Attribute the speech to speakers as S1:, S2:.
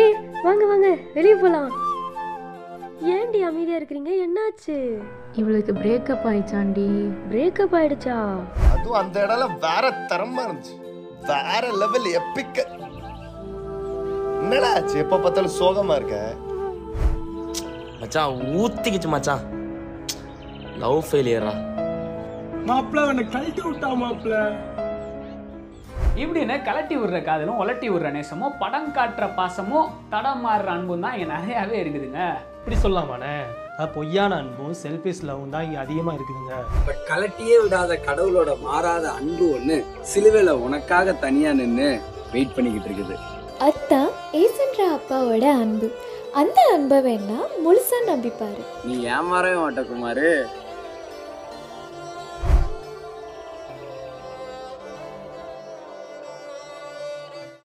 S1: ஏய் வாங்க வாங்க வெளியே போலாம் ஏன்டி அமைதியா இருக்கிறீங்க என்னாச்சு
S2: இவளுக்கு பிரேக்கப் ஆயிடுச்சாண்டி
S1: பிரேக்கப் ஆயிடுச்சா
S3: அதுவும் அந்த இடம்லாம் வேற தரமா இருந்துச்சு வேற லெவல் எப்பிக்க என்னடா ஆச்சு எப்ப பார்த்தாலும் சோகமா இருக்க
S4: மச்சான் ஊத்திக்கிச்சு மச்சான் லவ் ஃபெயிலியரா
S5: மாப்பிள்ள அவனை கழட்டி விட்டா மாப்பிள்ள
S6: இப்படின்னு கலட்டி விடுற காதலும் ஒலட்டி விடுற நேசமும் படம் காட்டுற பாசமும் தடம் மாறுற அன்பும் தான் இங்கே நிறையாவே இருக்குதுங்க
S7: இப்படி சொல்லலாமாண்ணே அதாவது பொய்யான அன்பும் செல்ஃபிஷ் லவ்வும் தான் இங்கே அதிகமாக இருக்குதுங்க
S8: இப்ப கலட்டியே விடாத கடவுளோட மாறாத அன்பு ஒண்ணு சிலுவையில உனக்காக தனியா நின்னு வெயிட் பண்ணிக்கிட்டு இருக்குது
S9: அத்தா ஏசன்ற அப்பாவோட அன்பு அந்த அன்பை வேணா முழுசா நம்பிப்பாரு
S8: நீ ஏமாறவே மாட்ட குமாரு